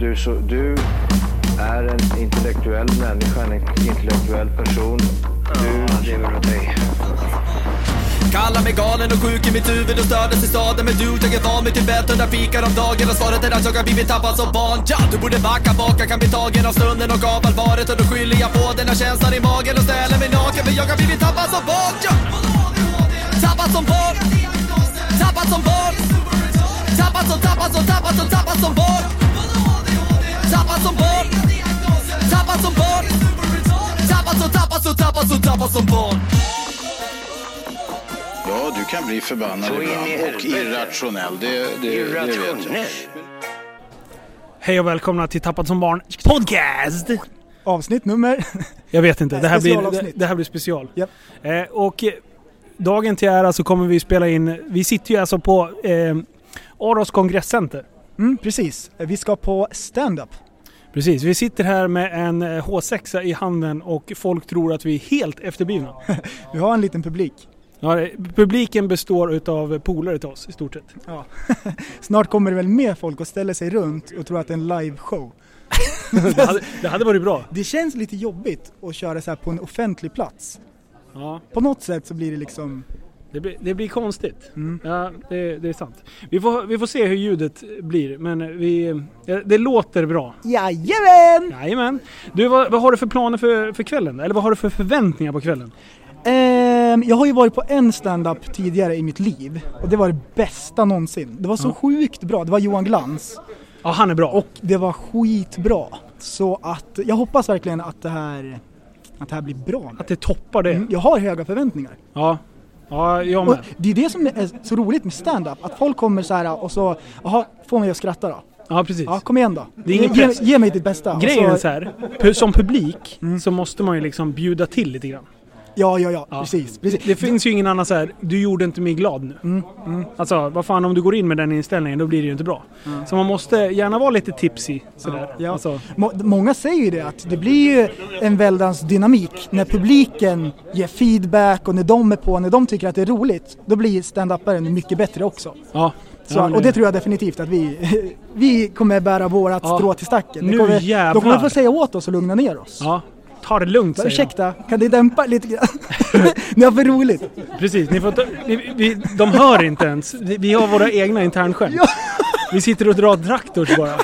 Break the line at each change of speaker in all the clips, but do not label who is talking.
du, så, du är en intellektuell människa, en intellektuell person. Du lever av dig.
Kallar mig galen och sjuk i mitt huvud och stördes i staden Men du, jag är van vid Tibet och där fikar om dagen Och svaret är att jag har blivit tappad som barn ja, Du borde backa bak, jag kan bli tagen av stunden och av allvaret Och då skyller jag på den här känslan i magen och ställer mig naken För jag har blivit tappad som barn ja. Tappad som barn Tappad som barn Tappad som, tappad som, tappad som, tappad som barn Tappad som barn Tappad som barn Tappad som, tappad som, tappad som, tappad som barn
Ja, du kan bli förbannad
Så in i
ibland och
helvete.
irrationell. Det, det, det vet jag.
Irrationell.
Hej och välkomna till Tappad som barn podcast!
Avsnitt nummer.
Jag vet inte, det här blir, det,
Specialavsnitt.
det här blir special.
Japp.
Eh, och eh, dagen till ära så kommer vi spela in, vi sitter ju alltså på eh, Aros kongresscenter.
Mm, precis. Vi ska på stand-up.
Precis, vi sitter här med en eh, H6 i handen och folk tror att vi är helt efterblivna.
Vi har en liten publik.
Ja, det- publiken består utav polare till oss i stort sett.
Snart kommer det väl mer folk och ställer sig runt och tror att det är en liveshow.
Det hade, det hade varit bra.
Det känns lite jobbigt att köra så här på en offentlig plats.
Ja,
På något sätt så blir det liksom...
det, blir, det blir konstigt.
Mm.
Ja, det, det är sant. Vi får, vi får se hur ljudet blir, men vi, eh, det låter bra.
Jajamän!
Jajamän. Du, vad, vad har du för planer för, för kvällen? Eller vad har du för förväntningar på kvällen?
Ehm, jag har ju varit på en stand-up tidigare i mitt liv och det var det bästa någonsin. Det var så
Ja.
sjukt bra. Det var Johan Glans
Ja, han är bra.
och det var skitbra. Så att jag hoppas verkligen att det här, att det här blir bra.
att det toppar det.
Mm, Jag har höga förväntningar.
Ja. ja, jag
Och
med.
det är det som är så roligt med stand-up, att folk kommer så här och så, jaha, får mig att skratta då?
Ja, precis.
Ja, Alltså- kom igen då.
Det är ingen
ge,
press.
ge mig ditt bästa. Och
Grejen är
så,
så här, pu- som publik
Mm.
så måste man ju liksom bjuda till lite grann.
Ja, ja, ja,
Ja.
precis. precis.
Det finns ju ingen annan så här, du gjorde inte mig glad nu.
Mm.
Alltså, vad fan om du går in med den inställningen då blir det ju inte bra. Så man måste gärna vara lite tipsy sådär.
Mm. Ja.
Alltså,
Må, många säger ju det att det blir ju en väldans dynamik när publiken ger feedback och när de är på, när de tycker att det är roligt, då blir stand-uparen mycket bättre också.
ja.
Så,
ja, men
och det tror jag definitivt att vi, vi kommer bära vårat
Ja.
strå till stacken.
Nu
Det kommer,
jävlar.
de kommer få säga åt oss och lugna ner oss.
Ja. Ta det lugnt
Bara,
säger jag.
Ursäkta, kan du dämpa lite grann? Ni har för roligt.
Precis, ni får ta, vi, vi, de hör inte ens. Vi, vi har våra egna internskämt. Vi sitter och drar draktors bara.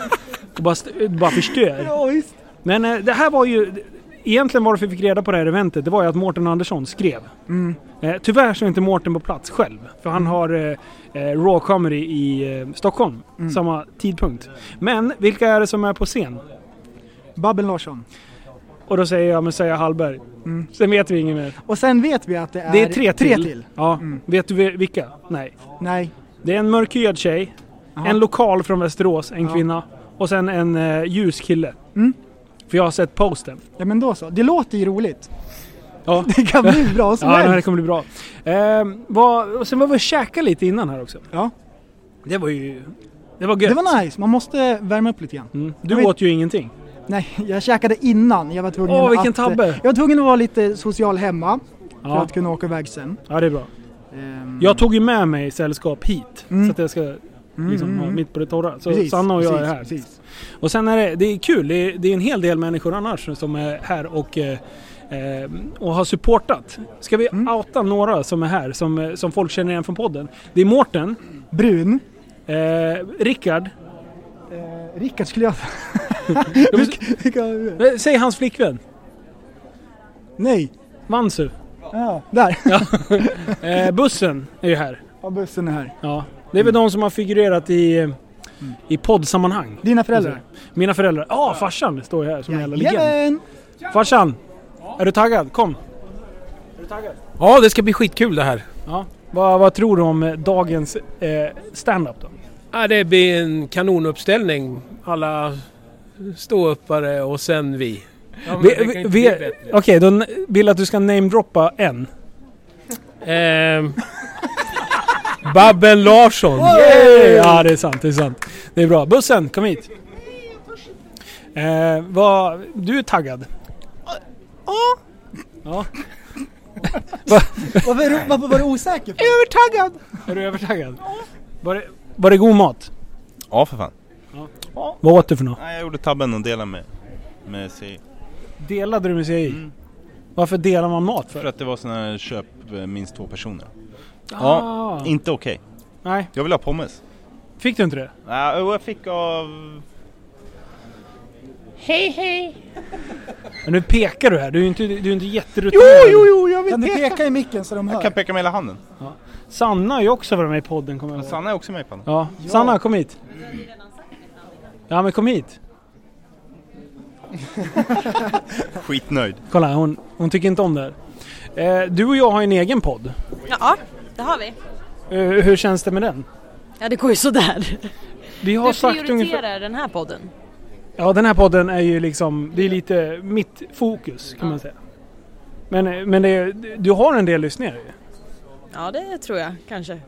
Och bara, st- bara förstör.
Ja, visst.
Men eh, det här var ju... Egentligen varför vi fick reda på det här eventet, det var ju att Mårten Andersson skrev. Eh, tyvärr så är inte Mårten på plats själv. För han har eh, eh, Raw Comedy i eh, Stockholm. Samma tidpunkt. Men vilka är det som är på scen?
Babben Larsson.
Och då säger jag Messiah Hallberg. Sen vet vi ingen mer.
Och sen vet vi att det är,
Det Mm. är tre till. Mm.
tre
Ja. Vet du vi- vilka? Nej.
Nej.
Det är en mörkhyad tjej, en lokal från Västerås, en kvinna och sen en eh, ljus kille.
Mm.
För jag har sett posten.
Ja men då så. Det låter ju roligt.
Ja,
Det kan bli hur bra som
ja det här
helst.
kommer bli bra. Eh, vad, och sen var vi och käkade lite innan här också.
Ja.
Det var ju... Det var gött.
Det var nice. Man måste värma upp lite grann.
mm.
Jag
Du
vet-
åt ju ingenting.
Nej, jag käkade innan. Jag var tvungen
Åh, vilken
att...
tabbe.
Jag var tvungen att vara lite social hemma för
Ja.
att kunna åka iväg sen.
ja, det är bra.
Ehm,
Jag tog ju med mig sällskap hit.
Mm.
Så att jag ska liksom
mm,
ha
mm.
mitt på det torra. Så
precis,
Sanna och jag
precis,
är här.
Precis.
Och sen är det, det är kul, det är, det är en hel del människor annars som är här och, eh, eh, och har supportat. Ska vi outa några som är här, som, eh, som folk känner igen från podden? Det är Mårten,
Brun.
eh, Rickard,
Eh, Rickard skulle jag...
måste-
Vilka har vi?
eh, säg hans flickvän,
Nej.
Mansu.
Ja, där.
Eh, bussen är ju här.
Ja, bussen är här.
Ja. Det är väl de som har figurerat i, eh, i poddsammanhang.
Dina föräldrar?
Mina föräldrar. Ja, farsan står ju här som en jävla legend.
Jajamän!
Farsan, är du taggad? Kom.
Ja, det ska bli skitkul det här.
Ja. Vad, vad tror du om eh, dagens eh, stand-up då?
Ja, det blir en kanonuppställning. Alla ståuppare och sen vi.
Vi, vi, vi, Okej, då n- vill jag att du ska namedroppa en.
Ehm, Babben Larsson.
Ja, det är sant. Det är sant. Det är bra. Bussen, kom hit. Eh, vad, du är taggad? Ja.
Varför, varför var du osäker? för?
Är du övertaggad? Var det, var det god mat?
Ja, för fan. Ja.
Vad åt du för något?
Nej, jag gjorde tabben och delade med, med sig.
Delade du med CI? Mm. Varför delar man mat för?
För att det var sådana här köp eh, minst två personer.
Ah.
Ja, inte okej.
Nej,
Jag vill ha pommes.
fick du inte det?
Ja, och jag fick av...
Men nu pekar du här, du är ju inte, du är inte jätterutinerad.
jo, jag
Kan du peka i micken så de
Jag kan
hör?
peka med hela handen.
Sanna har ju också varit med i podden kommer jag ihåg.
Sanna är också med på den.
Ja. Sanna, kom hit. Ja men kom hit.
Skitnöjd.
Kolla, hon, hon tycker inte om det här. Eh, du och jag har ju en egen podd.
Ja, det har vi.
Eh, hur känns det med den?
Ja, det går ju sådär.
Vi har
Du
sagt
prioriterar
ungefär...
den här podden.
Ja, den här podden är ju liksom, det är lite mitt fokus kan man säga. Men, men det, är- du har en del lyssnare ju.
Ja, det tror jag kanske.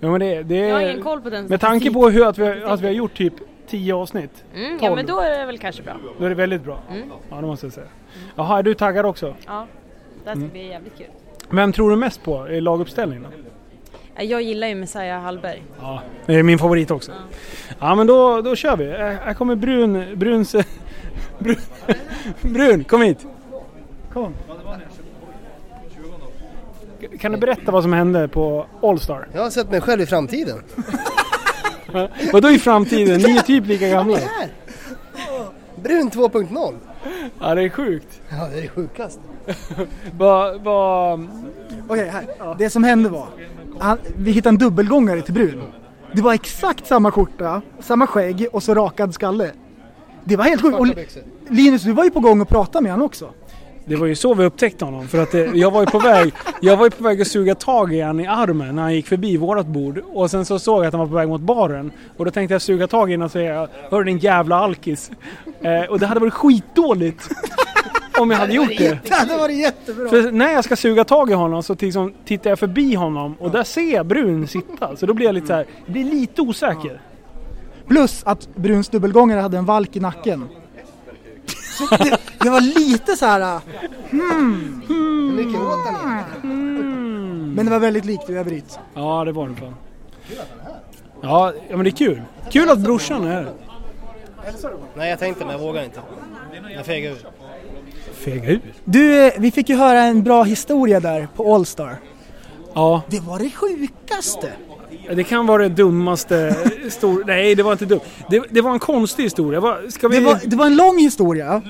Ja, men det, det är...
Jag har ingen koll på den.
Med tanke på hur att vi, har- att vi har gjort typ 10 avsnitt,
Mm, ja,
tolv.
men då är det väl kanske bra.
då är det väldigt bra. Ja, det måste jag säga. Jaha, är du taggad också?
Ja, det här ska bli jävligt kul.
Vem tror du mest på i laguppställningen?
Ja, Jag gillar ju Messiah Hallberg.
Ja, det är min favorit också. Ja, men då, då kör vi. Eh, Här kommer Brun... Bruns... Brun, brun kom hit. Kom. Kan du berätta vad som hände på Allstar?
Jag har sett mig själv i framtiden.
Vadå i framtiden? Ni är typ lika gamla.
Här! Brun 2.0.
Ja, det är sjukt.
Ja, det är det sjukaste.
Va, va,
Okej, här. Det som hände var, han, vi hittade en dubbelgångare till Brun. Det var exakt samma skjorta, samma skägg och så rakad skalle. Det var helt sjukt. Och Li- Linus, du var ju på gång att prata med honom också.
det var ju så vi upptäckte honom. För att det, jag, var ju på väg, jag var ju på väg att suga tag i han i armen när han gick förbi vårt bord. Och sen så såg jag att han var på väg mot baren. Och då tänkte jag suga tag i honom och säga Hör din jävla alkis. Eh, och det hade varit skitdåligt. Om jag hade gjort det.
Det hade varit jättebra.
För när jag ska suga tag i honom så liksom tittar jag förbi honom och där ser jag Brun sitta. Så då blir jag lite så här, blir lite osäker.
Plus att Bruns dubbelgångare hade en valk i nacken. Så det, det var lite så här. hmm. äh,
Hur mycket åt han egentligen?
Hmm. men det var väldigt likt i övrigt.
Ja, det var det fan. Ja, ja, men det är kul. Kul att brorsan är här.
Nej, jag tänkte men jag vågar inte. Jag fegar ur.
Fega ur.
Du, eh, vi fick ju höra en bra historia där på Allstar.
Ja,
Det var det sjukaste.
det kan vara det dummaste. Stor... Nej, det var inte dumt. Det, det var en konstig historia. Vad- Ska vi...
Det var, det var en lång historia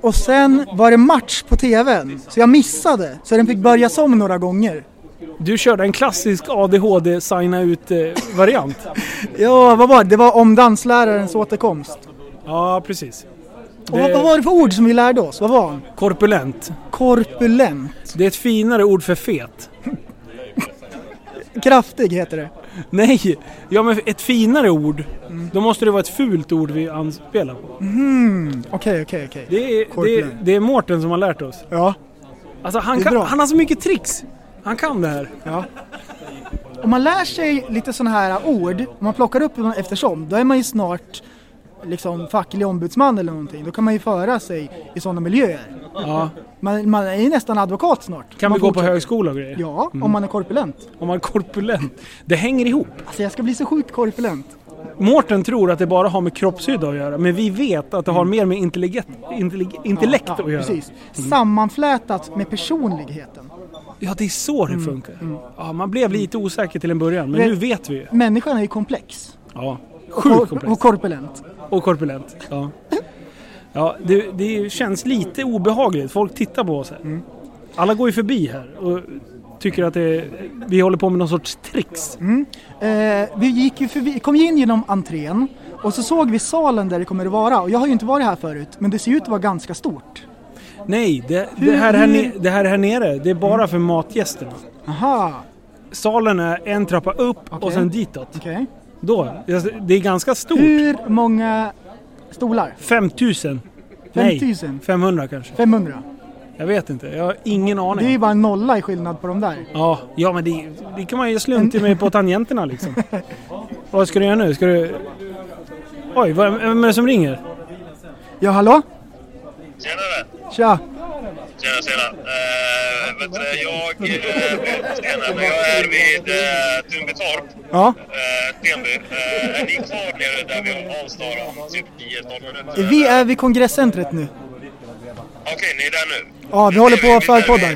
och sen var det match på tvn så jag missade så den fick börjas om några gånger.
Du körde en klassisk ADHD-signa ut-variant.
Ja, vad var det? Det var om danslärarens återkomst.
ja, precis.
Och vad, vad var det för ord som vi lärde oss? Vad var han?
Korpulent.
Korpulent.
Det är ett finare ord för fet.
Kraftig heter det.
Nej, ja men ett finare ord. Då måste det vara ett fult ord vi anspelar på.
Okej, okej, okej.
Det är, det, är-
Korpulent.
det är Mårten som har lärt oss.
Ja.
Alltså han,
Det är
kan,
bra.
han har så mycket tricks. Han kan det här.
Om man lär sig lite sådana här ord, om man plockar upp dem eftersom, då är man ju snart liksom facklig ombudsman eller någonting. Då kan man ju föra sig i sådana miljöer.
Ja.
Man, man är ju nästan advokat snart.
Kan vi gå
man
på Mm.
fortsätter.
högskola och grejer?
Ja, om man är korpulent.
Om man är korpulent. Det hänger ihop.
Alltså jag ska bli så sjukt korpulent.
Mårten tror att det bara har med kroppshydda att göra, men vi vet att det har mer med intelligent, intellig, intellekt
Mm. ja,
att göra. Mm.
Precis. Sammanflätat med personligheten.
Ja, det är så det
Mm.
funkar. Ja, man blev lite osäker till en början, men
Vet-
nu vet vi ju.
Människan är ju komplex.
Ja.
Kor-
Sjukt komplex.
Och korpulent.
Och korpulent. Ja. Ja, det, det känns lite obehagligt. Folk tittar på oss här.
Mm.
Alla går ju förbi här och tycker att det, vi håller på med någon sorts tricks.
Mm. Eh, vi gick ju förbi, kom ju in genom entrén och så såg vi salen där det kommer att vara. Och jag har ju inte varit här förut, men det ser ju ut att vara ganska stort.
Nej, det, det, här här ne- det här här nere, det är bara för matgästerna.
Aha,
Salen är en trappa upp och
Okej.
sen ditåt.
okej.
Då, alltså, det är ganska stort.
Hur många stolar?
5000.
5000?
500 kanske.
500?
Jag vet inte, jag har ingen
Det är
aning.
ju bara en nolla i skillnad på de där.
Ja, ja men det, det kan man ju slunta med på tangenterna liksom. Vad ska du göra nu? Ska du... Oj, vad- vem är det som ringer?
Ja, hallå? Tjenare! Tja!
Tjena, tjena. Eh, vet du, det, jag, eh, tjena, men jag är vid eh, Tumbetorp,
Ja.
eh, Tenby. Eh, är ni kvar nere där vi har avstar om typ 10-12 minuter?
Vi är vid kongresscentret nu.
Okej, ni är där nu?
Ja, vi håller på och förpoddar.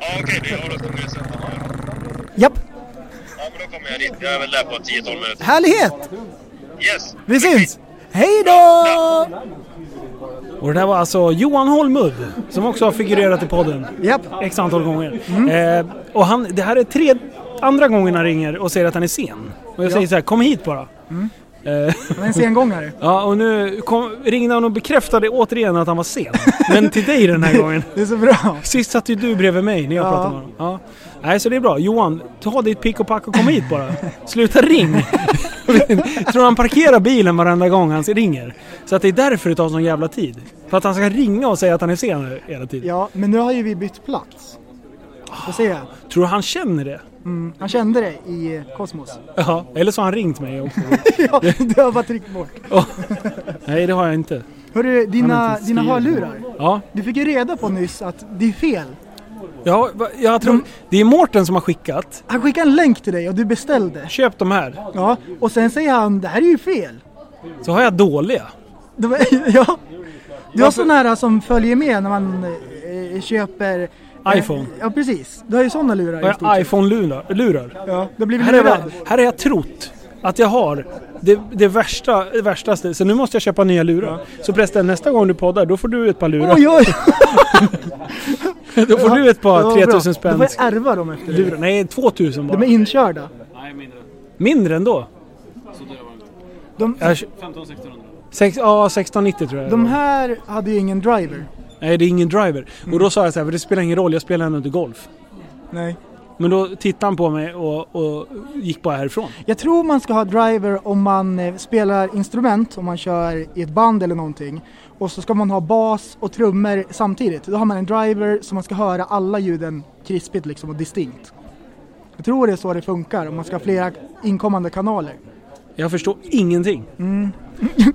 Ja, okej, ni har då kongressen.
Japp,
Ja, men då kommer jag dit. Jag är väl där på 10-12 minuter.
härlighet!
Yes!
Vi syns! Hej då!
Och det där var alltså Johan Holmud som också har figurerat i podden.
Japp.
X antal gånger. Eh, och han, det här är tre, andra gången han ringer och säger att han är sen. Och jag
Ja.
säger så här, kom hit bara. Eh,
Han är en sengångare.
ja, och nu kom, ringde han och bekräftade återigen att han var sen. Men till dig den här gången.
Det är så bra.
Sist satt ju du bredvid mig när jag
Ja.
pratade med honom. Ja. Nej, så det är bra. Johan, ta ditt pick och pack och kom hit bara. Sluta ring! Tror han parkerar bilen varenda gång han ringer? Så att det är därför det tar sån jävla tid. För att han ska ringa och säga att han är sen hela tiden.
Ja, men nu har ju vi bytt plats. Vad säger jag?
Tror du han känner det?
Mm, han kände det i eh, Kosmos.
Ja, eller så har han ringt mig också.
ja, du har bara tryckt bort.
Åh, Nej, det har jag inte.
Hörru,
Han har
dina,
inte
dina
skrivit.
hörlurar.
Ja,
Du fick ju reda på nyss att det är fel.
ja va- jag
Mm.
tror... Det är Mårten som har skickat.
Han skickade en länk till dig och du beställde.
Köp de här.
Ja, och sen säger han det här är ju fel.
Så har jag dåliga.
Det var, ja. Du har sådana här som följer med när man eh, köper... eh,
iPhone.
Ja, precis. Du har ju sådana lurar. i
Har
stort
jag
sett.
iPhone-lurar?
Ja, då blir vi
Här har, jag,
lurade.
här har jag trott att jag har det, det värsta, det värstaste. Så nu måste jag köpa nya lurar. Så prästen, nästa gång du poddar, då får du ett par lurar.
Oj, oj!
då får du ett
Ja,
par
bra.
3000
Då
spänn
får jag ärva dem efter
lurar.
dig.
Nej, 2000 bara.
De är inkörda.
Mindre ändå.
De,
Jag kö- Sex, ja, 1690 tror jag.
de här hade ju ingen driver.
Nej, det är ingen driver. Och
Mm.
då sa jag så här, för det spelar ingen roll, jag spelar ändå inte golf.
Nej.
Men då tittade han på mig och, och gick bara härifrån.
Jag tror man ska ha driver om man eh, spelar instrument, om man kör i ett band eller någonting. Och så ska man ha bas och trummor samtidigt. Då har man en driver så man ska höra alla ljuden krispigt liksom och distinkt. Jag tror det är så det funkar om man ska ha flera inkommande kanaler.
Jag förstår ingenting. Mm.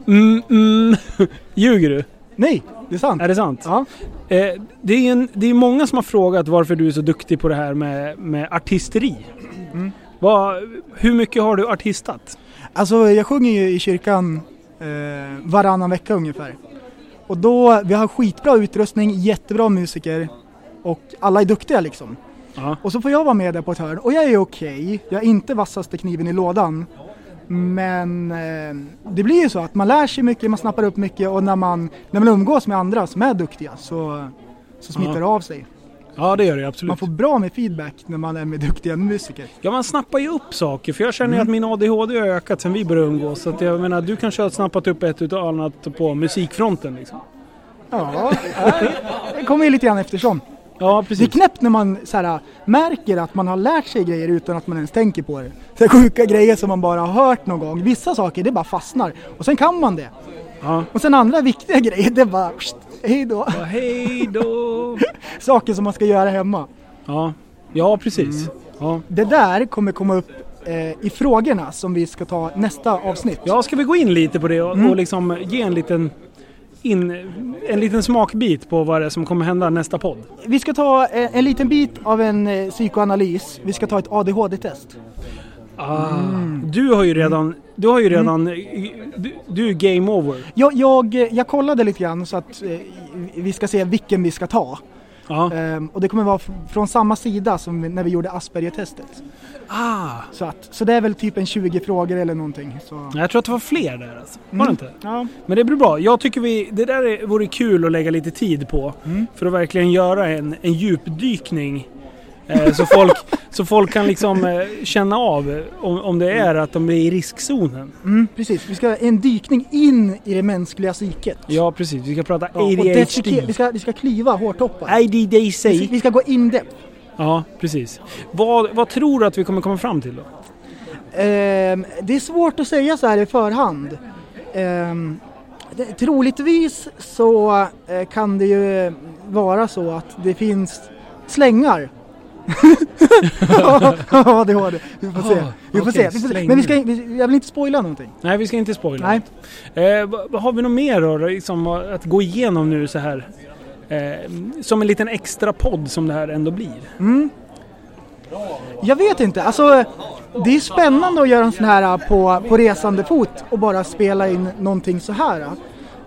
Mm, Ljuger du?
Nej, det är sant.
Är det sant?
Ja.
Eh, det, är en, det är många som har frågat varför du är så duktig på det här med, med artisteri. Mm. Vad- hur mycket har du artistat?
Alltså jag sjunger ju i kyrkan eh, varannan vecka ungefär. Och då, vi har skitbra utrustning, jättebra musiker och alla är duktiga liksom.
Ja.
Och så får jag vara med där på ett hörn och jag är okej, jag är inte vassaste kniven i lådan. Men eh, det blir ju så att man lär sig mycket, man snappar upp mycket och när man, när man umgås med andra som är duktiga så, så smittar
Ja.
det av sig.
Ja, det gör jag absolut.
Man får bra med feedback när man är med duktiga musiker.
Ja, man snappar ju upp saker. För jag känner ju att min ADHD har ökat sen vi började umgås. Så att jag menar, du kanske har snappat upp ett utav annat på musikfronten liksom.
Ja, det kommer ju lite grann eftersom.
Ja,
Det är
precis.
knäppt när man så här, märker att man har lärt sig grejer utan att man ens tänker på det. Så här, sjuka grejer som man bara har hört någon gång. Vissa saker, det bara fastnar. Och sen kan man det.
Ja.
Och sen andra viktiga grejer, det bara pst, hej då.
Ja, Hej då!
Saker som man ska göra hemma.
Ja, ja precis. Ja.
Det där kommer komma upp eh, i frågorna som vi ska ta nästa avsnitt.
ja, ska vi gå in lite på det och, och liksom ge en liten, in, en liten smakbit på vad det är som kommer hända nästa podd?
Vi ska ta eh, en, en liten bit av en eh, psykoanalys. Vi ska ta ett ADHD-test.
Ah, Du har ju
Mm.
redan... Du har ju redan... Du, du är game over.
Jag, jag, jag kollade lite grann så att eh, vi ska se vilken vi ska ta.
Ja.
Ehm, och det kommer vara f- från samma sida som när vi gjorde Asperger-testet.
Ah,
Så, att, så det är väl typ en 20 frågor eller någonting. Så.
jag tror att det var fler där alltså. Var
Mm.
det inte?
Ja.
Men det blir bra. Jag tycker vi... Det där är- vore kul att lägga lite tid på.
Mm.
För att verkligen göra en, en djupdykning. Eh, så, folk, så folk kan liksom eh, känna av eh, om, om det är att de är i riskzonen.
Mm, precis, vi ska ha en dykning in i det mänskliga psyket.
Ja, precis. Vi ska prata
och definitivt- vi,
ADHD.
ska, vi ska klyva hårtoppar. Vi
ADDC.
ska, vi ska gå in depth.
Ja, precis. Vad, vad tror du att vi kommer komma fram till då?
Ehm, det är svårt att säga så här i förhand. Um, det, troligtvis så eh, kan det ju vara så att det finns slängar. ja, det var det. Vi får se.
Ah,
Vi får
okej,
se. Vi får se.
slängar.
Men vi ska, in- vi, jag vill inte spoila någonting.
Nej, vi ska inte spoila.
Nej.
Eh, vad, vad har vi något mer då? då, Liksom, att gå igenom nu så här? eh, som en liten extra podd som det här ändå blir.
Mm. Jag vet inte, alltså det är spännande att göra en sån här eh, på, på resande fot och bara spela in någonting så här.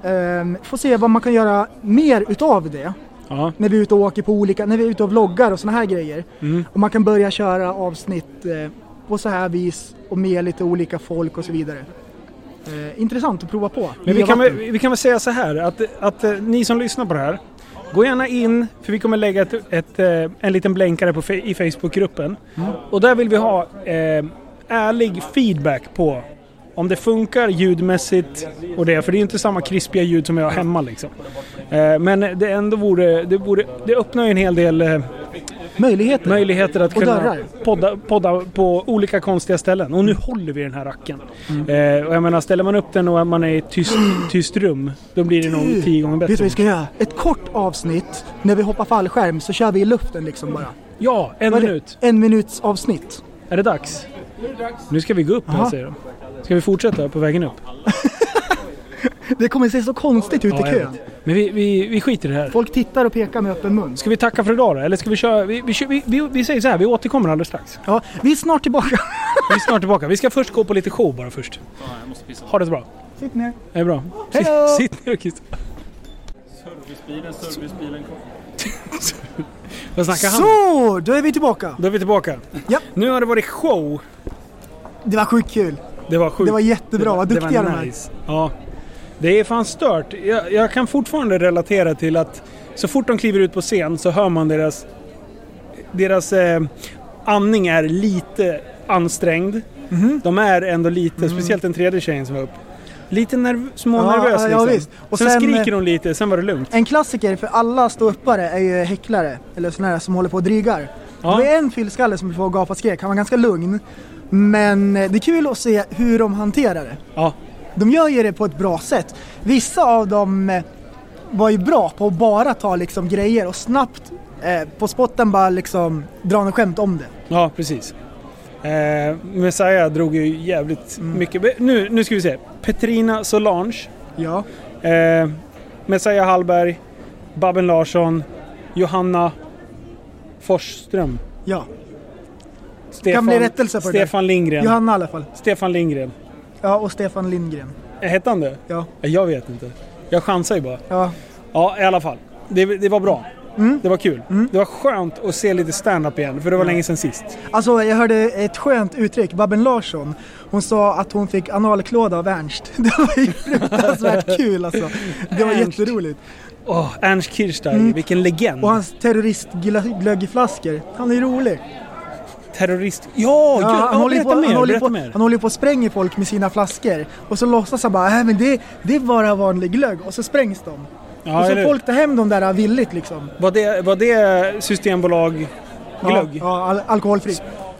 Ehm, får se vad man kan göra mer utav det.
Ja.
När vi är ute och åker på olika, när vi är ute och vloggar och såna här grejer.
Mm.
Och man kan börja köra avsnitt eh, på så här vis och med lite olika folk och så vidare. Eh, intressant att prova på.
Men vi
Nya
kan, väl,
vatten.
vi kan väl säga så här att, att eh, ni som lyssnar på det här, gå gärna in för vi kommer lägga ett, ett, eh, en liten blänkare på, fe- i Facebookgruppen.
Mm.
Och där vill vi ha eh, ärlig feedback på om det funkar ljudmässigt och det, för det är ju inte samma krispiga ljud som jag har hemma liksom. Eh, men det ändå vore, det, vore, det öppnar ju en hel del eh,
möjligheter.
möjligheter att
Och
kunna
dörrar.
podda, podda på olika konstiga ställen. Och nu håller vi den här racken.
Mm.
Eh, och jag menar, ställer man upp den och man är i ett tyst, tyst rum, då blir det nog tio gånger
Mm. Vet du vad
bättre.
vi ska göra? Ett kort avsnitt, när vi hoppar fallskärm så kör vi i luften liksom bara.
Ja, en
Vad är det?
minut.
En minuts avsnitt.
Är det dags? Nu ska vi gå upp här
Aha.
säger de. Ska vi fortsätta på vägen upp?
Det kommer se så konstigt ut
Ja,
i
jag
kön.
vet. Men vi, vi, vi skiter i det här.
Folk tittar och pekar med öppen mun.
Ska vi tacka för idag då? Eller ska vi köra? Vi, vi, kör- vi, vi, vi säger så här, vi återkommer alldeles strax.
Ja, vi är snart tillbaka.
Vi är snart tillbaka. Vi ska först gå på lite show bara först. Ha det så bra.
Sitt ner.
Det är bra.
Hej då!
Sitt- Sitt ner och kissa.
Servicebilen, servicebilen kom.
Vad snackar han?
Så, då är vi tillbaka.
Då är vi tillbaka.
Ja.
Nu har det varit show.
Det var sjukt kul.
Det var sjukt.
Det var jättebra. Vad
det var
duktiga de är.
nice. Ja. Det är fan stört. Jag, jag kan fortfarande relatera till att så fort de kliver ut på scen så hör man deras... Deras eh, andning är lite ansträngd.
Mhm.
De är ändå lite,
Mm.
speciellt den tredje tjejen som var upp. Lite nerv, smånervös
ja,
liksom.
visst.
Och
Och
sen,
sen,
skriker hon lite, sen var det lugnt.
En klassiker för alla ståuppare är ju häcklare, eller sådana här som håller på och drygar.
Ja.
Det är en fyllskalle som får gapa och skrek, han var ganska lugn. Men eh, det är kul att se hur de hanterar det.
Ja.
De gör ju det på ett bra sätt. Vissa av dem eh, var ju bra på att bara ta liksom grejer och snabbt eh, på spotten bara liksom dra en skämt om det.
Ja, precis. Eh, Messiah drog ju jävligt
Mm.
mycket. Men Nu, nu ska vi se. Petrina Solange.
Ja.
Eh, Messiah Hallberg. Babben Larsson. Johanna Forsström.
Ja.
Stefan,
Kan bli rättelse på det där.
Stefan Lindgren.
Johanna i alla fall.
Stefan Lindgren.
Ja, och Stefan Lindgren.
Eh, Hette han det?
Ja.
Jag vet inte. Jag chansar ju bara.
Ja.
Ja, i alla fall. Det, det var bra.
Mm.
Det var kul. Det var skönt att se lite stand-up igen, för det var länge sedan sist.
Alltså jag hörde ett skönt uttryck, Babben Larsson. Hon sa att hon fick analklåda av Ernst. Det var ju fruktansvärt kul alltså. Det var
Ernst.
jätteroligt.
Åh, Ernst Kirchsteiger,
Mm.
vilken legend.
Och hans terroristglöggflaskor, han är ju rolig.
Terrorist... Ja, gud, ja,
han, håller ju
berätta
på,
mer,
han, håller ju
berätta
på,
mer.
han håller ju på och spränger folk med sina flaskor. Och så låtsas han bara, nej men det, det är bara vanlig glögg. Och så sprängs de.
Ja,
och så
eller-
folk tar hem de där villigt liksom.
Var det, var det Systembolag glögg?
Ja, Mm. ja al- alkoholfri.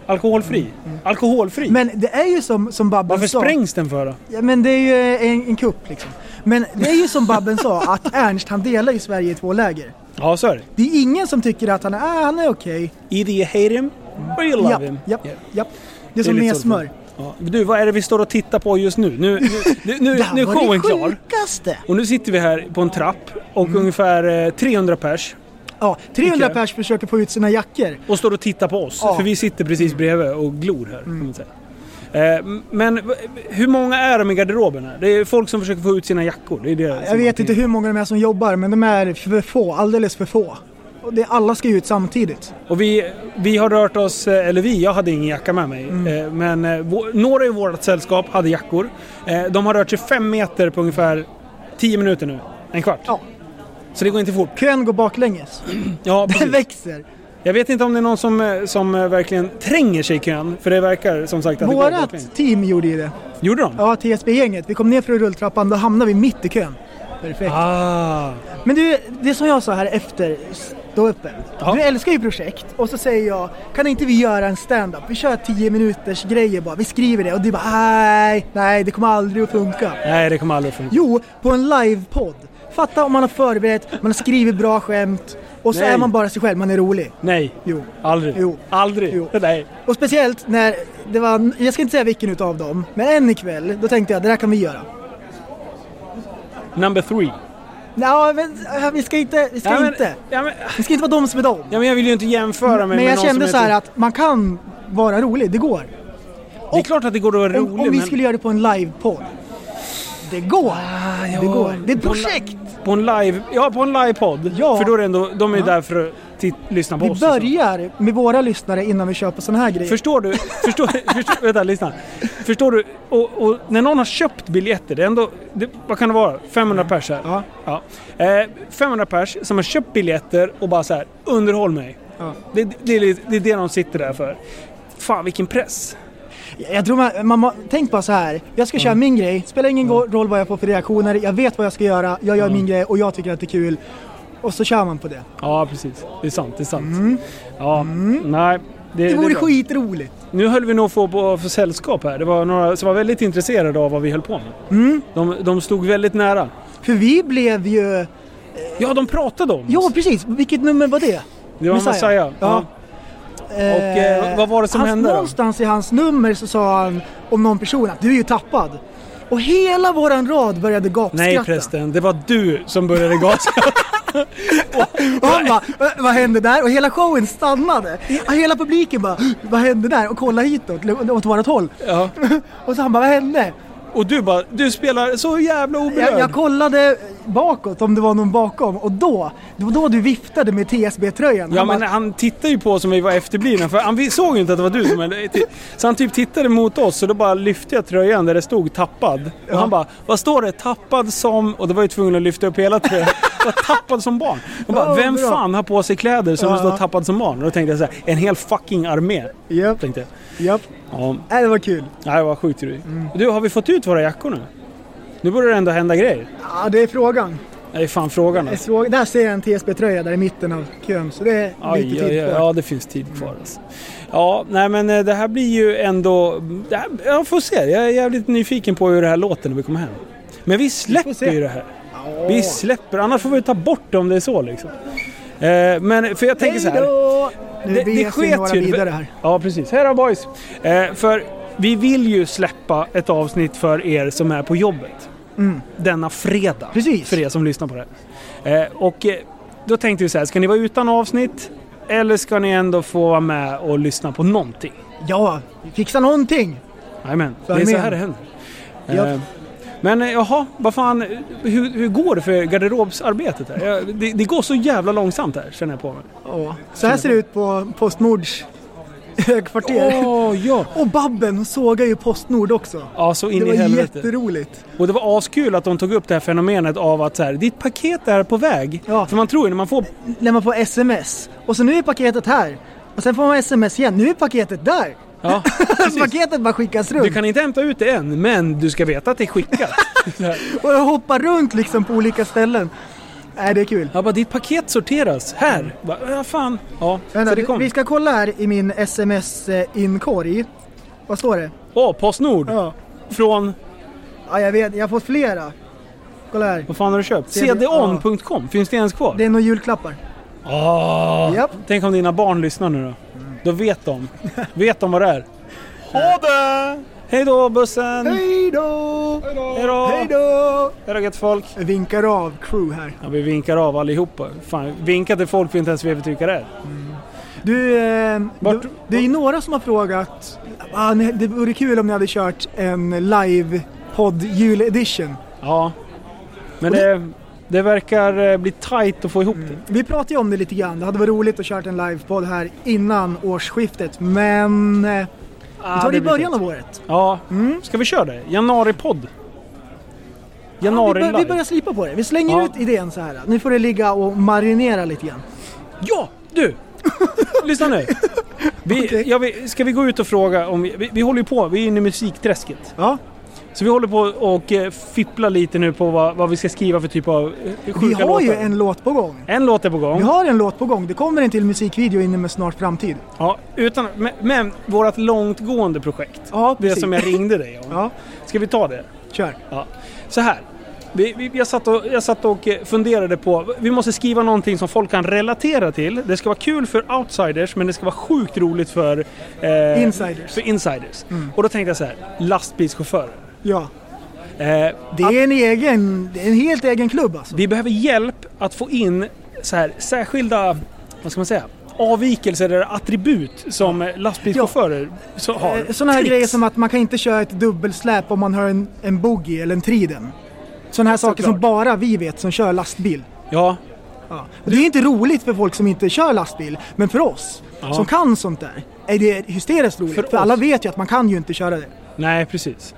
Alkoholfri? Alkoholfri?
Men det är ju som, som Babben
Varför
sa.
sprängs den för då?
Ja, men det är ju en, en kupp liksom. Men det är ju som Babben sa, att Ernst han delar ju Sverige i två läger.
Ja, så är det.
Det är ingen som tycker att han är, ah, han är okej.
Either you hate him or you love
Japp,
him.
japp,
Yeah.
japp. Det är som
lite
med
så.
smör.
Ja. Du, vad är det vi står och tittar på just nu? Nu, nu, nu, nu,
Det här
nu är
var det
showen klar.
sjukaste!
Och nu sitter vi här på en trapp och
Mm.
ungefär eh, 300 pers
Ja, 300
Tycker jag.
pers försöker få ut sina jackor.
och står och tittar på oss.
Ja. Mm.
För vi sitter precis bredvid och glor här. Kan man säga. Eh, men v- hur många är de i garderoben? Här? Det är folk som försöker få ut sina jackor. Det är det
Jag vet inte hur många de är som jobbar, men de är för få, alldeles för få. Och det, alla ska ju ut samtidigt.
Och vi, vi har rört oss, eh, eller vi, jag hade ingen jacka med mig.
Mm.
Eh, Men eh, vå- några i vårt sällskap hade jackor. Eh, De har rört sig fem meter på ungefär 10 minuter nu. En kvart.
Ja.
Så det går inte fort.
Kön går baklänges.
Ja,
Den
precis.
växer.
Jag vet inte om det är någon som, eh, som eh, verkligen tränger sig i kön. För det verkar som sagt att det går baklänges.
Vårat team gjorde ju det.
Gjorde de?
Ja, TSB-gänget. Vi kom ner från rulltrappan, då hamnade vi mitt i kön. Perfekt.
Ah.
Men du, det som jag sa här efter ståuppen.
Ja.
Du älskar ju projekt och så säger jag, kan inte vi göra en stand-up? Vi kör 10 minuters grejer bara, vi skriver det och du bara nej, nej det kommer aldrig att funka.
Nej, det kommer aldrig att funka.
Jo, på en livepodd. Fatta om man har förberett, man har skrivit bra skämt och så
Nej.
är man bara sig själv, man är rolig.
Nej.
Jo.
Aldrig.
Jo.
Aldrig.
Jo.
Nej.
Och speciellt när det var, jag ska inte säga vilken utav dem, men en ikväll, då tänkte jag det där kan vi göra.
Number three.
Ja, men eh, vi ska inte, vi ska
Ja, men-
inte.
Ja, men,
Vi ska inte vara de som är de.
ja, men jag vill ju inte jämföra mig
Men
med
jag
någon
kände
som typ-
så här
heter-
att man kan vara rolig, det går.
Det är klart att det går att vara
Om,
rolig
om vi
men-
skulle göra det på en livepodd. Det går.
Ah,
det går. Det är ett
på en li-
projekt.
På en live... Ja, på en livepodd. Ja. För då är det ändå... De är ju där för att tit- lyssna på
Vi
oss. liksom.
börjar med våra lyssnare innan vi köper sådana här grejer.
Förstår du? Förstår, förstår, vänta, lyssna. Förstår du? Och, och när någon har köpt biljetter, det är ändå... Det, vad kan det vara? 500 pers här? Ja. Eh, 500 pers som har köpt biljetter och bara så här, underhåll mig. Det, det, är lite- det är det de sitter där för. Fan vilken press.
Jag tror man, man, må- tänk bara så här. Jag ska köra min grej, spelar ingen go- roll vad jag får för reaktioner, jag vet vad jag ska göra, jag gör min grej och jag tycker att det är kul. Och så kör man på det.
Ja, precis. Det är sant. Det är sant. Ja, nej. Det,
Mm. Det
är
vore
bra.
skitroligt.
Nu höll vi nog få på för sällskap här. Det var några som var väldigt intresserade av vad vi höll på med. De, de stod väldigt nära.
För vi blev ju...
Ja, de pratade om
Ja, precis. Vilket nummer var det?
Det var Messiah. Ja.
Ja.
Och, eh, vad var det som
hans,
hände då?
Någonstans i hans nummer så sa han om någon person att du är ju tappad. Och hela våran rad började gapskratta.
Nej prästen, det var du som började gasa.
Och han bara, "Va- vad hände där? Och hela showen stannade. Och hela publiken bara, vad hände där? Och kollade hitåt, l- åt vårat håll.
ja.
Och så han bara, vad hände?
Och du bara, du spelar så jävla oberörd.
Jag, jag kollade bakåt om det var någon bakom och då, det var då du viftade med TSB-tröjan.
Ja
Han
men
bara,
han tittade ju på oss som vi var efterblivna för han vi såg ju inte att det var du som hade... Så han typ tittade mot oss och då bara lyfte jag tröjan där det stod tappad. Och han bara, vad står det? Tappad som... Och då var jag ju tvungen att lyfta upp hela tröjan. Jag var tappad som barn. Jag bara,
Ja,
vem
bra.
fan har på sig kläder som det
Ja.
står tappad som barn? Och då tänkte jag så här, en hel fucking armé.
Japp.
Tänkte jag.
Japp.
Ja,
Nej, det var kul.
nej, det var sjukt roligt.
Mm.
Du, har vi fått ut våra jackor nu? Nu börjar det ändå hända grejer.
Ja, det är frågan.
Det är fan frågan
Det är
alltså.
fråga- Där ser jag en TSB-tröja där i mitten av kön, så det är
Aj,
lite
aj,
tid
aj,
kvar.
ja, det finns tid kvar alltså. Ja, nej men eh, det här blir ju ändå... det här- Jag får se. Jag är jävligt nyfiken på hur det här låter när vi kommer hem. Men vi släpper ju det här. Vi släpper, annars får vi ta bort det om det är så liksom. Eh, Men för jag tänker så här.
Hejdå! Nu
Det-
det,
det
vi
sket
sket några
ju.
vidare här.
Ja, precis. Hej då boys! Eh, För vi vill ju släppa ett avsnitt för er som är på jobbet.
Mm.
denna fredag.
Precis.
För er som lyssnar på det här. Eh, och eh, då tänkte vi så här, ska ni vara utan avsnitt? Eller ska ni ändå få vara med och lyssna på någonting?
Ja, fixa någonting!
Jajamän, det
Vad
är så
menar
här
du?
det händer.
Ja.
Eh, men eh, jaha, vad fan, eh, hur, hur går det för garderobsarbetet här? Jag, det, det går så jävla långsamt här, känner jag på mig.
Ja. Så här ser det ut på Postnords högkvarter.
Åh, ja.
Och Babben hon sågar ju Postnord också.
ja, så in
det
i
var
helvete.
jätteroligt.
Och det var askul att de tog upp det här fenomenet av att så här, ditt paket är på väg.
Ja.
För man tror ju när man får
När man får sms. Och så nu är paketet här. Och sen får man sms igen. Nu är paketet där.
Ja,
paketet bara skickas runt.
Du kan inte hämta ut det än, men du ska veta att det är skickat. Så här.
Och jag hoppar runt liksom på olika ställen. Nej, det är kul.
Jag bara, ditt paket sorteras här. Bara, ja, fan. Ja,
Vänta,
så det
vi,
kom.
vi ska kolla här i min sms-inkorg. Vad står det?
Åh, Postnord.
Ja.
Från,
ja, jag vet. Jag har fått flera. Kolla här.
vad fan har du köpt?
CD
CDON.com, finns det ens kvar?
Det är nog julklappar.
Åh,
Japp.
Tänk om dina barn lyssnar nu då.
Mm.
Då vet de. vet de vad det är.
Ha det!
Hej då bussen!
Hej då!
Hej då!
Hej då!
Hej då gött folk!
Jag vinkar av crew här.
Ja, vi vinkar av allihopa. Fan, vinka till folk vi inte ens vet vilka det är.
Du, eh,
Vart-
du, det är ju några som har frågat. Ah, nej, det vore kul om ni hade kört en live podd jul edition.
Ja. Men det, det verkar eh, bli tight att få ihop det.
Vi pratade ju om det lite grann. Det hade varit roligt att kört en live podd här innan årsskiftet. Men eh, vi
Ah,
tar det i
blir
början
tight.
av året.
Ja, mm, ska vi köra det? Januari-podd?
Vi,
Januari
bör, vi
live?
börjar slipa på det. Vi slänger
Ja.
ut idén så här. Nu får det ligga och marinera lite grann.
Ja, du! Lyssna nu. Vi,
Okej.
ja, vi, ska vi gå ut och fråga om... Vi, vi, vi håller ju på, vi är inne i musikträsket.
Ja.
Så vi håller på och eh, fipplar lite nu på vad, vad vi ska skriva för typ av eh, sjuka
Vi har ju
låtar.
en låt på gång.
En låt är på gång.
Vi har en låt på gång. Det kommer en till musikvideo inom en snar framtid.
Ja, utan, men, men vårt långtgående projekt.
Ja,
Det
precis.
som jag ringde dig om.
Ja,
Ska vi ta det?
kör.
Ja. Så här. Vi, vi, jag, satt och, jag satt och eh, funderade på, vi måste skriva någonting som folk kan relatera till. Det ska vara kul för outsiders men det ska vara sjukt roligt för, eh,
Insiders. Mm.
för insiders. Och då tänkte jag så här, lastbilschaufförer.
Ja. det är en egen, det är en helt egen klubb alltså.
Vi behöver hjälp att få in så här, särskilda, vad ska man säga, avvikelser eller attribut som lastbilschaufförer så har.
Sådana Eh, här
Tricks.
grejer som att man kan inte köra ett dubbelsläp om man har en, en boogie eller en triden. Sådana här saker som bara vi vet som kör lastbil.
Ja.
Och det är inte roligt för folk som inte kör lastbil, men för oss
Ja.
som kan sånt där är det hysteriskt roligt. För, alla vet ju att man kan ju inte köra det.
Nej, precis.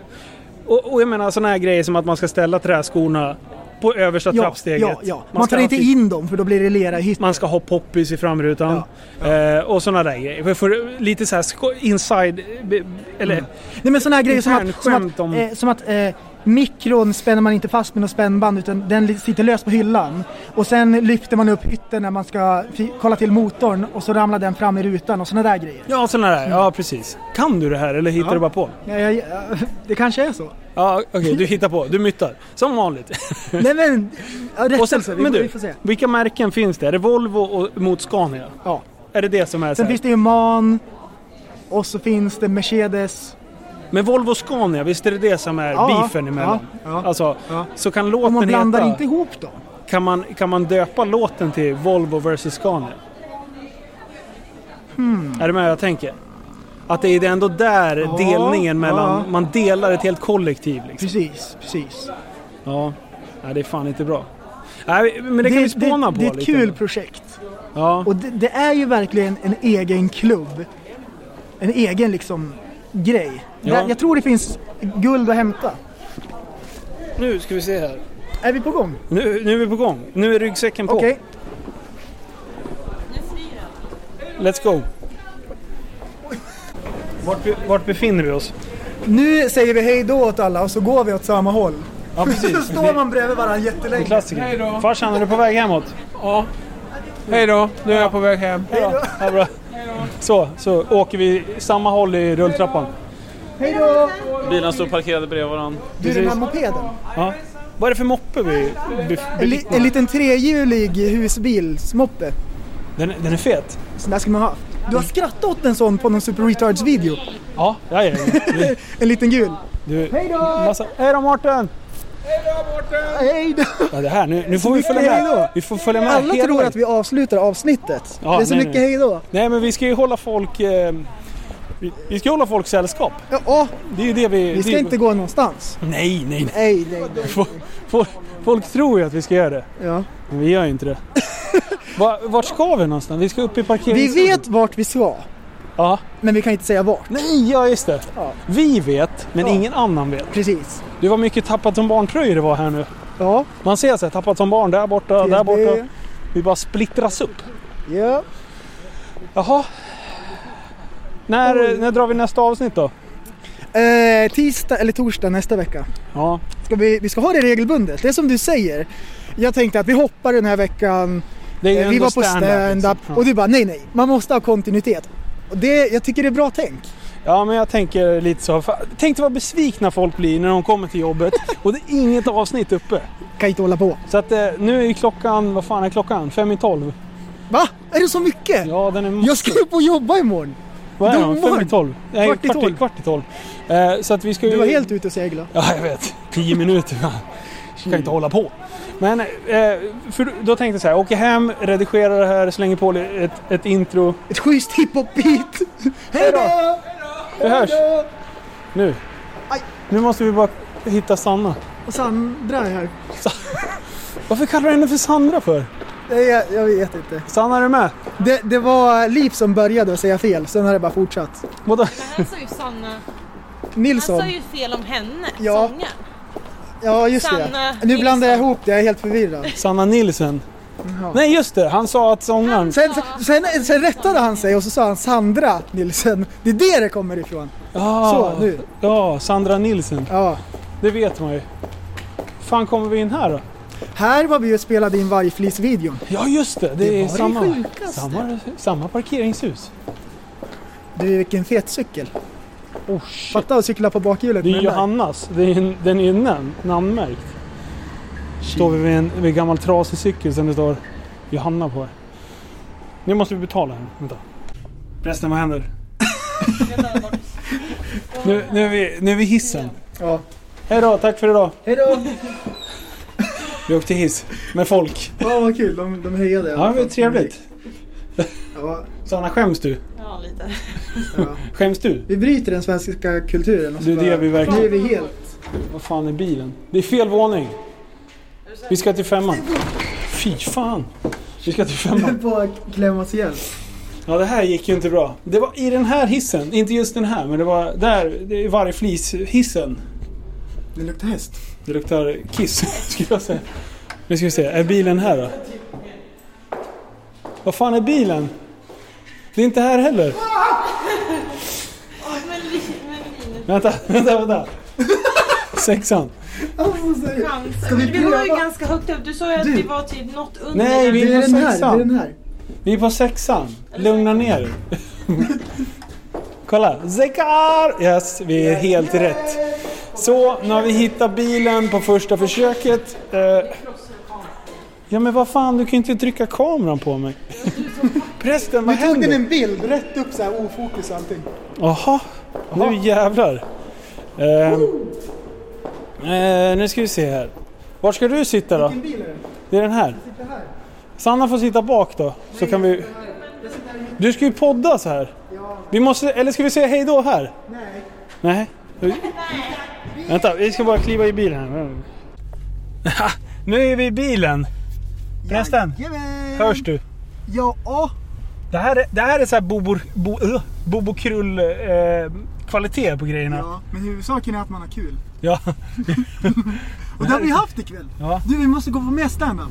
Och, och jag menar sådana här grejer som att man ska ställa träskorna på översta trappsteget.
ja, ja. Man,
ska
tar
ha
inte
fi-
in dem för då blir det lera i hytten.
Man ska ha poppis i framrutan. Eh, och sådana där grejer. För, för, lite så här sko- inside... be- Eller...
Mm. Nej men sådana här grejer som att, som
Internskämt
att,
om-
eh, som att eh, mikron spänner man inte fast med något spännband utan den li- sitter löst på hyllan. Och sen lyfter man upp hytten när man ska fi- kolla till motorn och så ramlar den fram i rutan och sådana där grejer.
Ja, sådana där. Ja, precis. Kan du det här eller hittar
Mm. Ja.
du bara på?
Ja, ja, ja, det kanske är så.
Ja, okej. du hittar på. Du myttar. Som vanligt.
Nej men, ja,
Och
rättelse.
sen,
vi,
men du,
vi får se.
vilka märken finns det? Är det Volvo och, mot Scania?
Ja.
Är det det som är så
Sen
här?
finns det ju MAN och så finns det Mercedes.
Men Volvo och Scania, visst är det det som är
Ja,
beefen emellan? Alltså, så kan låten
Om man blandar
heta...
inte ihop dem.
Kan man, kan man döpa låten till Volvo vs Scania?
Hmm.
Är du med vad jag tänker? Att det är ändå där
Ja,
delningen mellan...
ja.
Man delar ett helt kollektiv liksom.
Precis, precis.
Ja. Nej, det är fan inte bra. Nej, men det, kan vi spåna
det,
på
Det är ett
lite.
kul projekt.
Ja.
Och det, det är ju verkligen en egen klubb. En egen liksom grej.
Ja.
Där, jag tror det finns guld att hämta.
Nu ska vi se här.
Är vi på gång?
Nu, nu är vi på gång. Nu är ryggsäcken på.
Okej.
Let's go. Vart, be- vart befinner vi oss?
Nu säger vi hej då åt alla och så går vi åt samma håll.
Ja, precis.
så står man bredvid varandra jättelänge.
En klassiker. Farsan, är du på väg hemåt?
Ja. Hej då, nu är jag på väg hem.
Hej då. Ja, bra. Så, så åker vi samma håll i rulltrappan.
Hej då!
Bilarna står parkerade bredvid varandra.
Du, den här mopeden.
Ja. Vad är det för moppe vi be-
En, li,
bevittnar?
en liten trehjulig husbilsmoppe.
Den, den är fet.
Sån där ska man ha. Du
Mm.
har skrattat åt en sån på någon Super Retards video.
Ja, ja, ja. ja.
En liten gul.
Du,
Hej då!
Massa... Hej då Mårten!
Hej då!
Ja, det här, nu, nu får vi
mycket
följa
hej då.
med. Vi får följa med
Alla
hela
tror
vägen.
att vi avslutar avsnittet.
Ja,
det är så
nej,
mycket
nej.
hej då.
Nej, men vi ska ju hålla folk... Eh, vi, vi ska hålla folk sällskap.
Ja, åh,
Det är ju det vi...
vi
det
ska
är-
inte gå någonstans.
Nej, nej, nej.
Nej, nej, nej.
Folk, folk, folk tror ju att vi ska göra det.
Ja.
Men vi gör ju inte det. Va, vart ska vi någonstans? Vi ska upp i
Vi
parkeringen.
vet vart vi ska,
Ja.
men vi kan inte säga vart.
Nej, ja just det.
Ja.
Vi vet, men ingen annan vet.
Precis.
Du var mycket tappat som barn-tröjor det var här nu.
Ja,
Man ser så här, tappat som barn där borta,
det
där
är
borta.
det.
Vi bara splittras upp.
Ja.
Jaha. När, när drar vi nästa avsnitt då?
Eh, tisdag eller torsdag nästa vecka.
Ja,
Ska vi, vi ska ha det regelbundet. Det är som du säger. Jag tänkte att vi hoppar den här veckan.
det är ju
Eh, Vi
ändå
var på
stand-up,
stand-up
liksom.
och du bara nej, nej, man måste ha kontinuitet. Och det, jag tycker det är bra tänk.
Ja, men jag tänker lite så. Fa- Tänk dig vad besvikna folk blir när de kommer till jobbet och det är inget avsnitt uppe.
Kan inte hålla på.
Så att eh, nu är klockan, vad fan är klockan? Fem i tolv.
Va? Är det så mycket?
Ja, den är
Jag ska upp och jobba imorgon.
Vad är
de
den? Fem i
var-
tolv? Nej,
kvart i
kvart i,
tolv.
kvart i tolv. Eh, så att vi ska ju...
Du var helt ute och segla.
Ja, jag vet. Tio minuter. va? Kan inte hålla på. Men eh, för då tänkte jag så här, åker hem, redigerar det här, slänger på li- ett, ett intro.
Ett schysst hiphop-beat. Hej då!
Vi hörs! Nu.
Aj.
Nu måste vi bara hitta Sanna.
Och Sandra är här.
Varför kallar du henne för Sandra för?
Nej, jag, jag vet inte.
Sanna, är du med?
Det, det var Liv som började att säga fel, sen har det bara fortsatt.
Vadå?
Han sa ju Sanna...
Nilsson.
Han sa ju fel om henne,
Ja.
sångaren.
Ja, just
Sanna
det. Nu blandar jag
Nilsson.
ihop det, jag är helt förvirrad.
Sanna Nilsen.
Jaha.
Nej, just det. Han sa att sångaren...
Sen, sen, sen rättade han sig och så sa han Sandra Nilsen. Det är det det kommer ifrån.
Ja,
Så, nu.
Ja, Sandra Nilsen.
Ja.
Det vet man ju. fan kommer vi in här då?
Här var vi ju och spelade in Vargflis-videon.
Ja, just det. Det, är
var det
samma,
sjukaste.
samma, samma parkeringshus.
Du, vilken fet cykel. Fatta att cykla på bakhjulet
Det är
med
ju
den där.
Johannas. Det är, ju- den är ju namn, namnmärkt. Står vi vid en, vid en gammal trasig cykel som det står Johanna på. Nu måste vi betala henne. Vänta. Resten, vad händer? nu, nu, är vi, nu är vi i hissen.
Ja.
Hej då, tack för idag.
Hej då!
Vi åkte hiss med folk.
Ja, vad kul. De, de hejade. i alla
Ja, det var
fall.
ju trevligt.
Ja.
Sanna, skäms du?
Ja, lite.
Skäms du?
Vi bryter den svenska kulturen. och så
Du, det
bara-
gör vi verkligen.
Nu är vi helt...
Vad fan är bilen? Det är fel våning. Vi ska till femman. Fy fan. Vi ska till femman.
på att klämmas ihjäl.
Ja, det här gick ju inte bra. Det var i den här hissen, inte just den här, men det var där, det är varje flis hissen.
Det luktar häst.
Det luktar kiss, skulle jag säga. Nu ska vi se, är bilen här då? Vad fan är bilen? Det är inte här heller. Vänta, vänta, vänta. Sexan.
Ska vi
vi, vi var ju
pröva?
ganska högt upp. Du sa ju att
Du.
vi var typ något under.
Nej,
den.
vi är på
den här,
sexan.
det är den här.
Vi är på sexan. Lugna ner er. Kolla. Zekar! Yes, vi är helt rätt. Så, nu har vi hittat bilen på första försöket. Eh, Ja men vad fan, du kan ju inte trycka kameran på mig. Prästen, vad
Nu tog den
händer?
en bild rätt upp så här ofokus och allting.
Jaha, nu jävlar. Eh, eh, nu ska vi se här. Var ska du sitta då?
Vilken bil är det?
Det är den här.
Det här.
Sanna får sitta bak då, så kan vi... Du ska ju podda så här. Vi måste... Eller ska vi säga hej då här?
Nej.
Nej. Vi- Vänta, vi ska bara kliva i bilen här. Haha, nu är vi i bilen. Prästen,
Jajamän!
hörs du?
Ja, ja.
Det här är, det här är så här Bobo, bo, ö, Bobo Krull eh, kvalitet på grejerna. Ja.
ja. Men huvudsaken är att man har kul.
Ja.
Och det har vi haft ikväll.
Ja.
Du, vi måste gå på mer standup.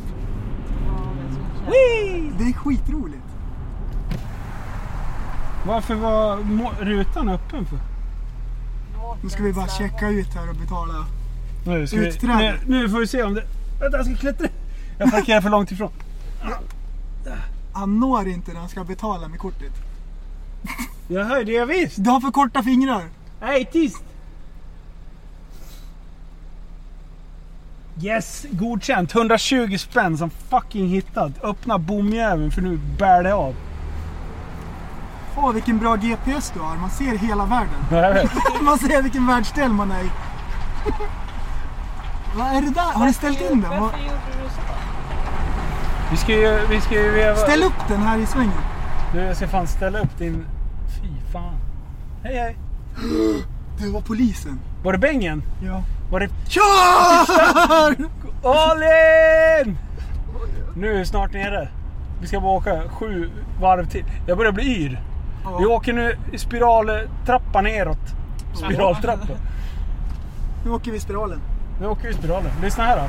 Det är skitroligt.
Varför var må- rutan öppen för?
Nu ska vi bara checka ut här och betala.
Nu, ska vi, nu,
Utträde.
nu får vi se om det... Vänta, jag ska klättra. Jag parkerar för långt ifrån.
Han når inte när han ska betala med kortet.
Jag hörde jag visst.
Du har för korta fingrar.
Hej, tyst! Yes, godkänt. 120 spänn som fucking hittat. Öppna bomjäveln för nu bär det av.
Åh, vilken bra GPS du har. Man ser hela världen.
Jag vet.
Man ser vilken världsdel man är i. Vad är det där? Har ni ställt in den? Vad-
Varför gjorde du så?
Vi ska ju, vi ska ju veva.
Ställ upp den här i svängen.
Du, jag ska fan ställa upp din... Fy fan. Hej hej.
Det var polisen.
Var det bängen?
Ja.
Var det...
Kör!
All in! Nu är vi snart nere. Vi ska bara åka sju varv till. Jag börjar bli yr. Vi åker nu i spiraltrappa neråt. Spiraltrappa.
Nu åker vi spiralen.
Nu åker vi i spiralen. Lyssna här då.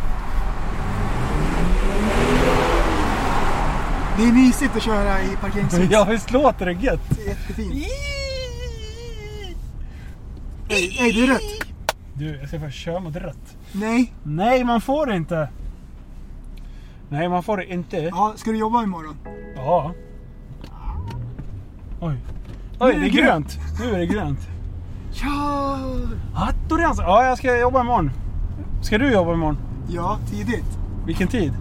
Det är mysigt att köra i parkeringshus.
Ja visst låter det gött?
Det är jättefint. Nej, nej, det är rött.
Du, jag ska faktiskt köra mot rött.
Nej.
Nej, man får det inte. Nej, man får det inte.
Ja, ska du jobba imorgon?
Ja. Oj. Oj, det är grönt. Nu är det grönt.
Ja!
Hattorens. Ja, jag ska jobba imorgon. Ska du jobba imorgon?
Ja, tidigt.
Vilken tid?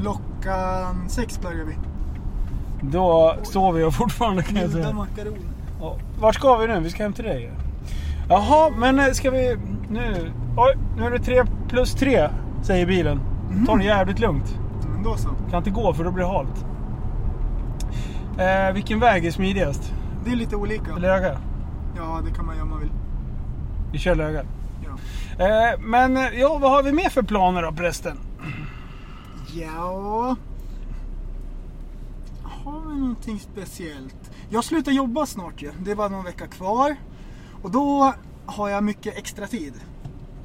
Klockan sex börjar vi.
Då sover jag fortfarande kan jag
Vilda
säga.
makaroner.
Ja, Vart ska vi nu? Vi ska hem till dig. Jaha, men eh, ska vi... Nu... Oj, nu är det tre plus tre, säger bilen. Ta det jävligt lugnt.
Men då så.
Kan inte gå för då blir det halt. Eh, vilken väg är smidigast?
Det är lite olika.
Löga?
Ja, det kan man göra om man vill.
Vi kör Löga.
Ja.
Eh, men eh, ja, vad har vi mer för planer då prästen?
Ja. Har vi någonting speciellt? Jag slutar jobba snart ju. Det är bara någon vecka kvar. Och då har jag mycket extra tid.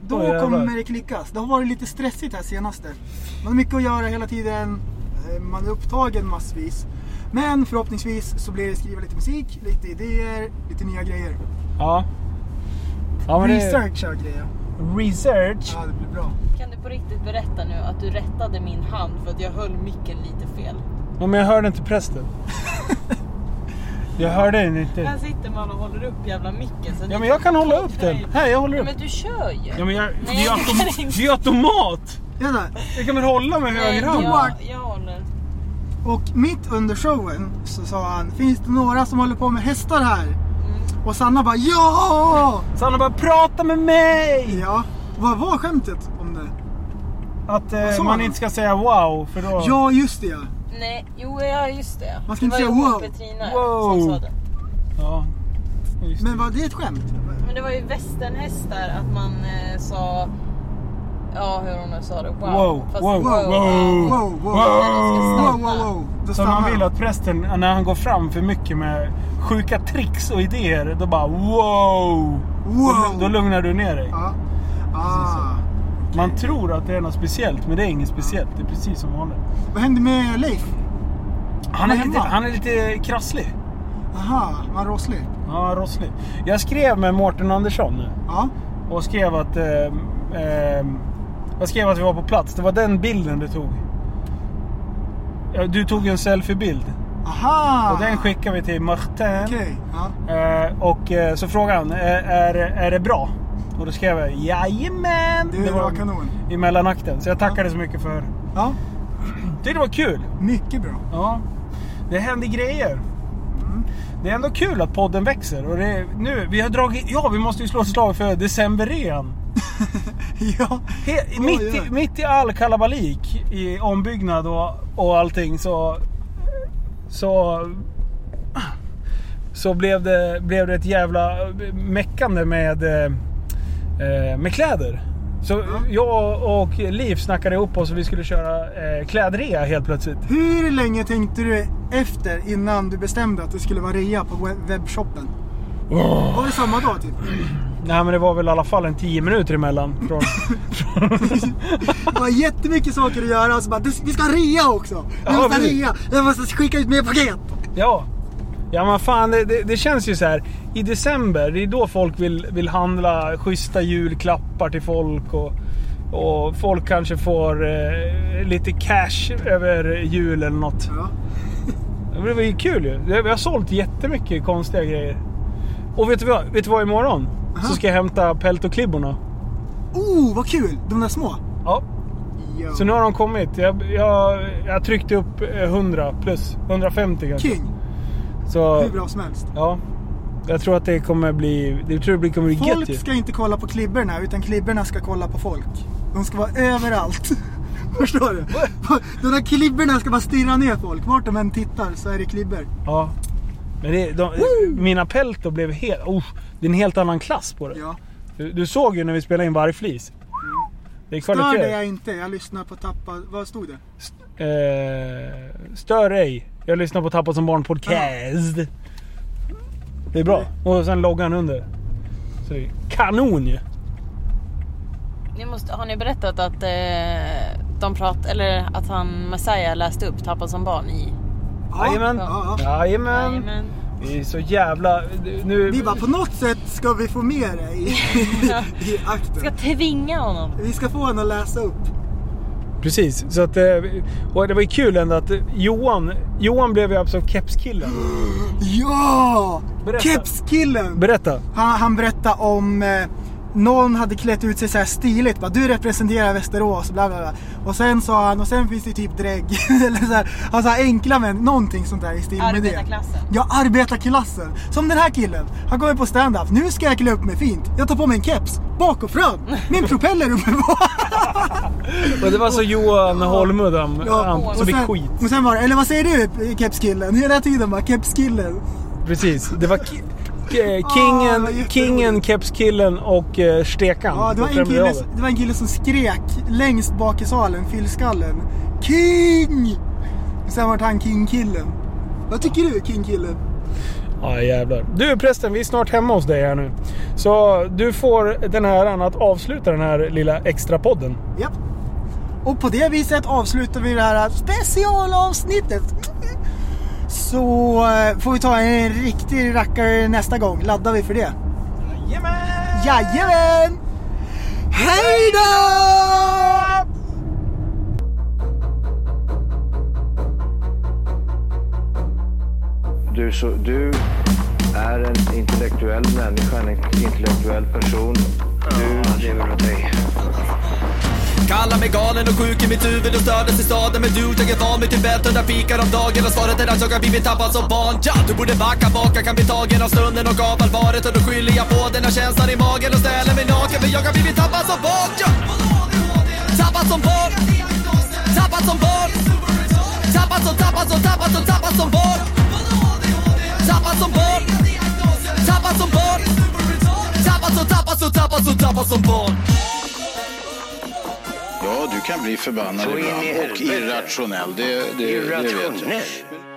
Då
Åh, jävlar.
kommer det klickas. Det har varit lite stressigt här senaste. Man har mycket att göra hela tiden. Eh, Man är upptagen massvis. Men förhoppningsvis så blir det skriva lite musik, lite idéer, lite nya grejer.
Ja. ja men det-
Researcha grejer.
Research?
Ja, det blir bra.
Kan du på riktigt berätta nu att du rättade min hand för att jag höll micken lite fel?
Ja, men jag hörde inte prästen. jag hörde den
Här
inte.
sitter man och håller upp jävla micken. Så ni
Ja men jag kan hålla upp den.
Nej.
Här, jag håller
Ja,
upp.
men du kör ju.
Ja men jag... Det är ju
jag kan
automat.
inte.
Det är ju automat!
Vänta,
Jag kan väl hålla med
Nej,
höger hand?
jag, jag håller.
Och mitt under showen så sa han, finns det några som håller på med hästar
Mm.
här? Och Sanna bara, ja!
Sanna bara prata med mig!
Ja, Vad var skämtet om det?
Att eh,
Vad sa
man
han?
inte ska säga wow, för då...
Ja, just det ja.
Nej, jo ja just det.
Man ska inte
det
säga
var ju hon
wow.
Petrina som sa
Wow.
det.
Ja.
Men var det ett skämt?
Men det var ju västernhästar att man eh, sa Ja, hur hon nu sa det. Wow.
Wow,
Fast
wow, wow,
wow.
wow, wow,
wow,
wow.
Så man vill att prästen, när han går fram för mycket med sjuka tricks och idéer, då bara wow! Då, då lugnar du ner dig.
Ah.
Man tror att det är något speciellt, men det är inget speciellt. Det är precis som vanligt.
Vad hände med Leif?
Han
är
är, lite,
hemma.
han är lite krasslig.
Aha, var rosslig?
Ja, rosslig. Jag skrev med Mårten Andersson nu.
Ja.
Och skrev att... ehm, ehm, jag skrev att vi var på plats. Det var den bilden du tog. Ja, Du tog ju en selfiebild.
Aha!
Och den skickade vi till Martin.
Ja.
Eh, och eh, så frågade han, eh, är, är det bra? Och då skrev jag, jajamän!
Det var kanon.
I mellanakten. Så jag tackade så mycket för
Ja.
Tyckte det var kul.
Mycket bra.
Ja. Det händer grejer.
Mm.
Det är ändå kul att podden växer. Och det, nu, vi har dragit, ja, vi måste ju slå ett slag för decemberrean.
ja.
He, mitt,
Oj, oj.
i, mitt i all kalabalik i ombyggnad och, och allting så... Så... Så blev det, blev det ett jävla meckande med, eh, eh, med kläder. Så jag och Liv snackade ihop oss och vi skulle köra eh, klädrea helt plötsligt.
Hur länge tänkte du efter innan du bestämde att det skulle vara rea på web- webbshoppen?
Åh.
Var det samma dag typ?
Nej men det var väl i alla fall en 10 minuter emellan. Från,
Det var jättemycket saker att göra och så bara "Det- vi ska ha rea också! Vi
Ja,
måste ha
precis.
rea! Jag måste skicka ut mer paket!
ja. Ja men fan det, det, det känns ju så här. I december, det är då folk vill, vill handla schyssta julklappar till folk. Och, och folk kanske får eh, lite cash över jul eller något. Men Det var ju kul ju. Det- Vi har sålt jättemycket konstiga grejer. Och vet du vad? Vet du vad imorgon? Så ska jag hämta peltoklibborna.
Oh vad kul! De där små?
Ja. Så nu har de kommit. Jag, jag, jag tryckte upp eh, 100 plus. 150 kanske.
King!
Så,
Hur bra som helst.
Ja. Jag tror att det kommer bli... Det tror jag blir- kommer bli gött ju.
Folk ska inte kolla på klibborna utan klibborna ska kolla på folk. De ska vara överallt. Förstår du? De där klibborna ska bara stirra ner folk. Vart de än tittar så är det klibbor.
Ja. Men det, de, mina peltor blev helt... Oh, det är en helt annan klass på det.
Ja. Mm.
Du, du såg ju när vi spelade in vargflis. Det är kvalitet.
Stör det jag inte. Jag lyssnar på tappa... Vad stod det?
Eh, stör ej. Jag lyssnar på Tappa som barn podcast. Det är bra. Och sen loggan under. Så det är kanon ju.
Ni måste, har ni berättat att eh, de prat, eller att han Messiah läste upp Tappad som barn i...
Jajamän. Jajamän.
Jajamän.
Vi är så jävla... Nu...
Vi bara, på något sätt ska vi få med dig i, i akten.
Ska tvinga honom.
Vi ska få honom att läsa upp.
Precis. Så att, eh, och det var ju kul ändå att Johan, Johan blev ju Absolut Keps-killen.
Ja!
Berätta.
Kepskillen!
Berätta.
Han, han berättade om eh, någon hade klätt ut sig så här stiligt. Bara, du representerar Västerås. Bla, bla, bla. Och sen sa han, och sen finns det typ drägg. Eller så här, han sa enkla män, någonting sånt där i stil med det.
Arbetarklassen.
Ja, arbetarklassen. Som den här killen. Han kommer på stand-up. Nu ska jag klä upp mig fint. Jag tar på mig en keps. Bak och fram. Min propeller uppe på.
Och det var så Johan Holmud han, han, som
och,
fick
sen,
skit.
och sen var det, eller vad säger du kepskillen? Hela tiden bara kepskillen.
Precis. Det var ki-
Ah,
ki- eh, Kingen, kingen Keps-killen och eh, Stekan.
Ja, det var,
på
en kille,
premiären.
det var en kille som skrek längst bak i salen, fyllskallen. King! Och sen vart han King-killen. Vad tycker du King-killen?
Ja jävlar. Du prästen, vi är snart hemma hos dig här nu. Så du får den här äran att avsluta den här lilla extra podden.
Japp. Och på det viset avslutar vi det här specialavsnittet. Så eh, får vi ta en riktig rackare nästa gång. Laddar vi för det? Jajamän! Jajamän! Hej då!
Du, så, du är en intellektuell människa, en intellektuell person. Du lever av dig.
Kalla mig mig galen och sjuk i mitt huvud och stördes i staden Men du, jag är van vid Tibet och där fikar om dagen Och svaret är att jag har blivit tappad som barn ja, Du borde backa bak, jag kan bli tagen av stunden och av allvaret Och då skyller jag på den här känslan i magen och ställer mig naken För jag har blivit tappad som barn ja. Tappad som barn Tappad som barn Tappad som, tappad som, tappad som, tappad som barn Tappad som barn Tappad som barn Tappad som, tappad som, tappad som, tappad som barn
Ja, du kan bli förbannad
Så in i
ibland och
helvete.
irrationell. Det, det, det vet jag.
Irrationell?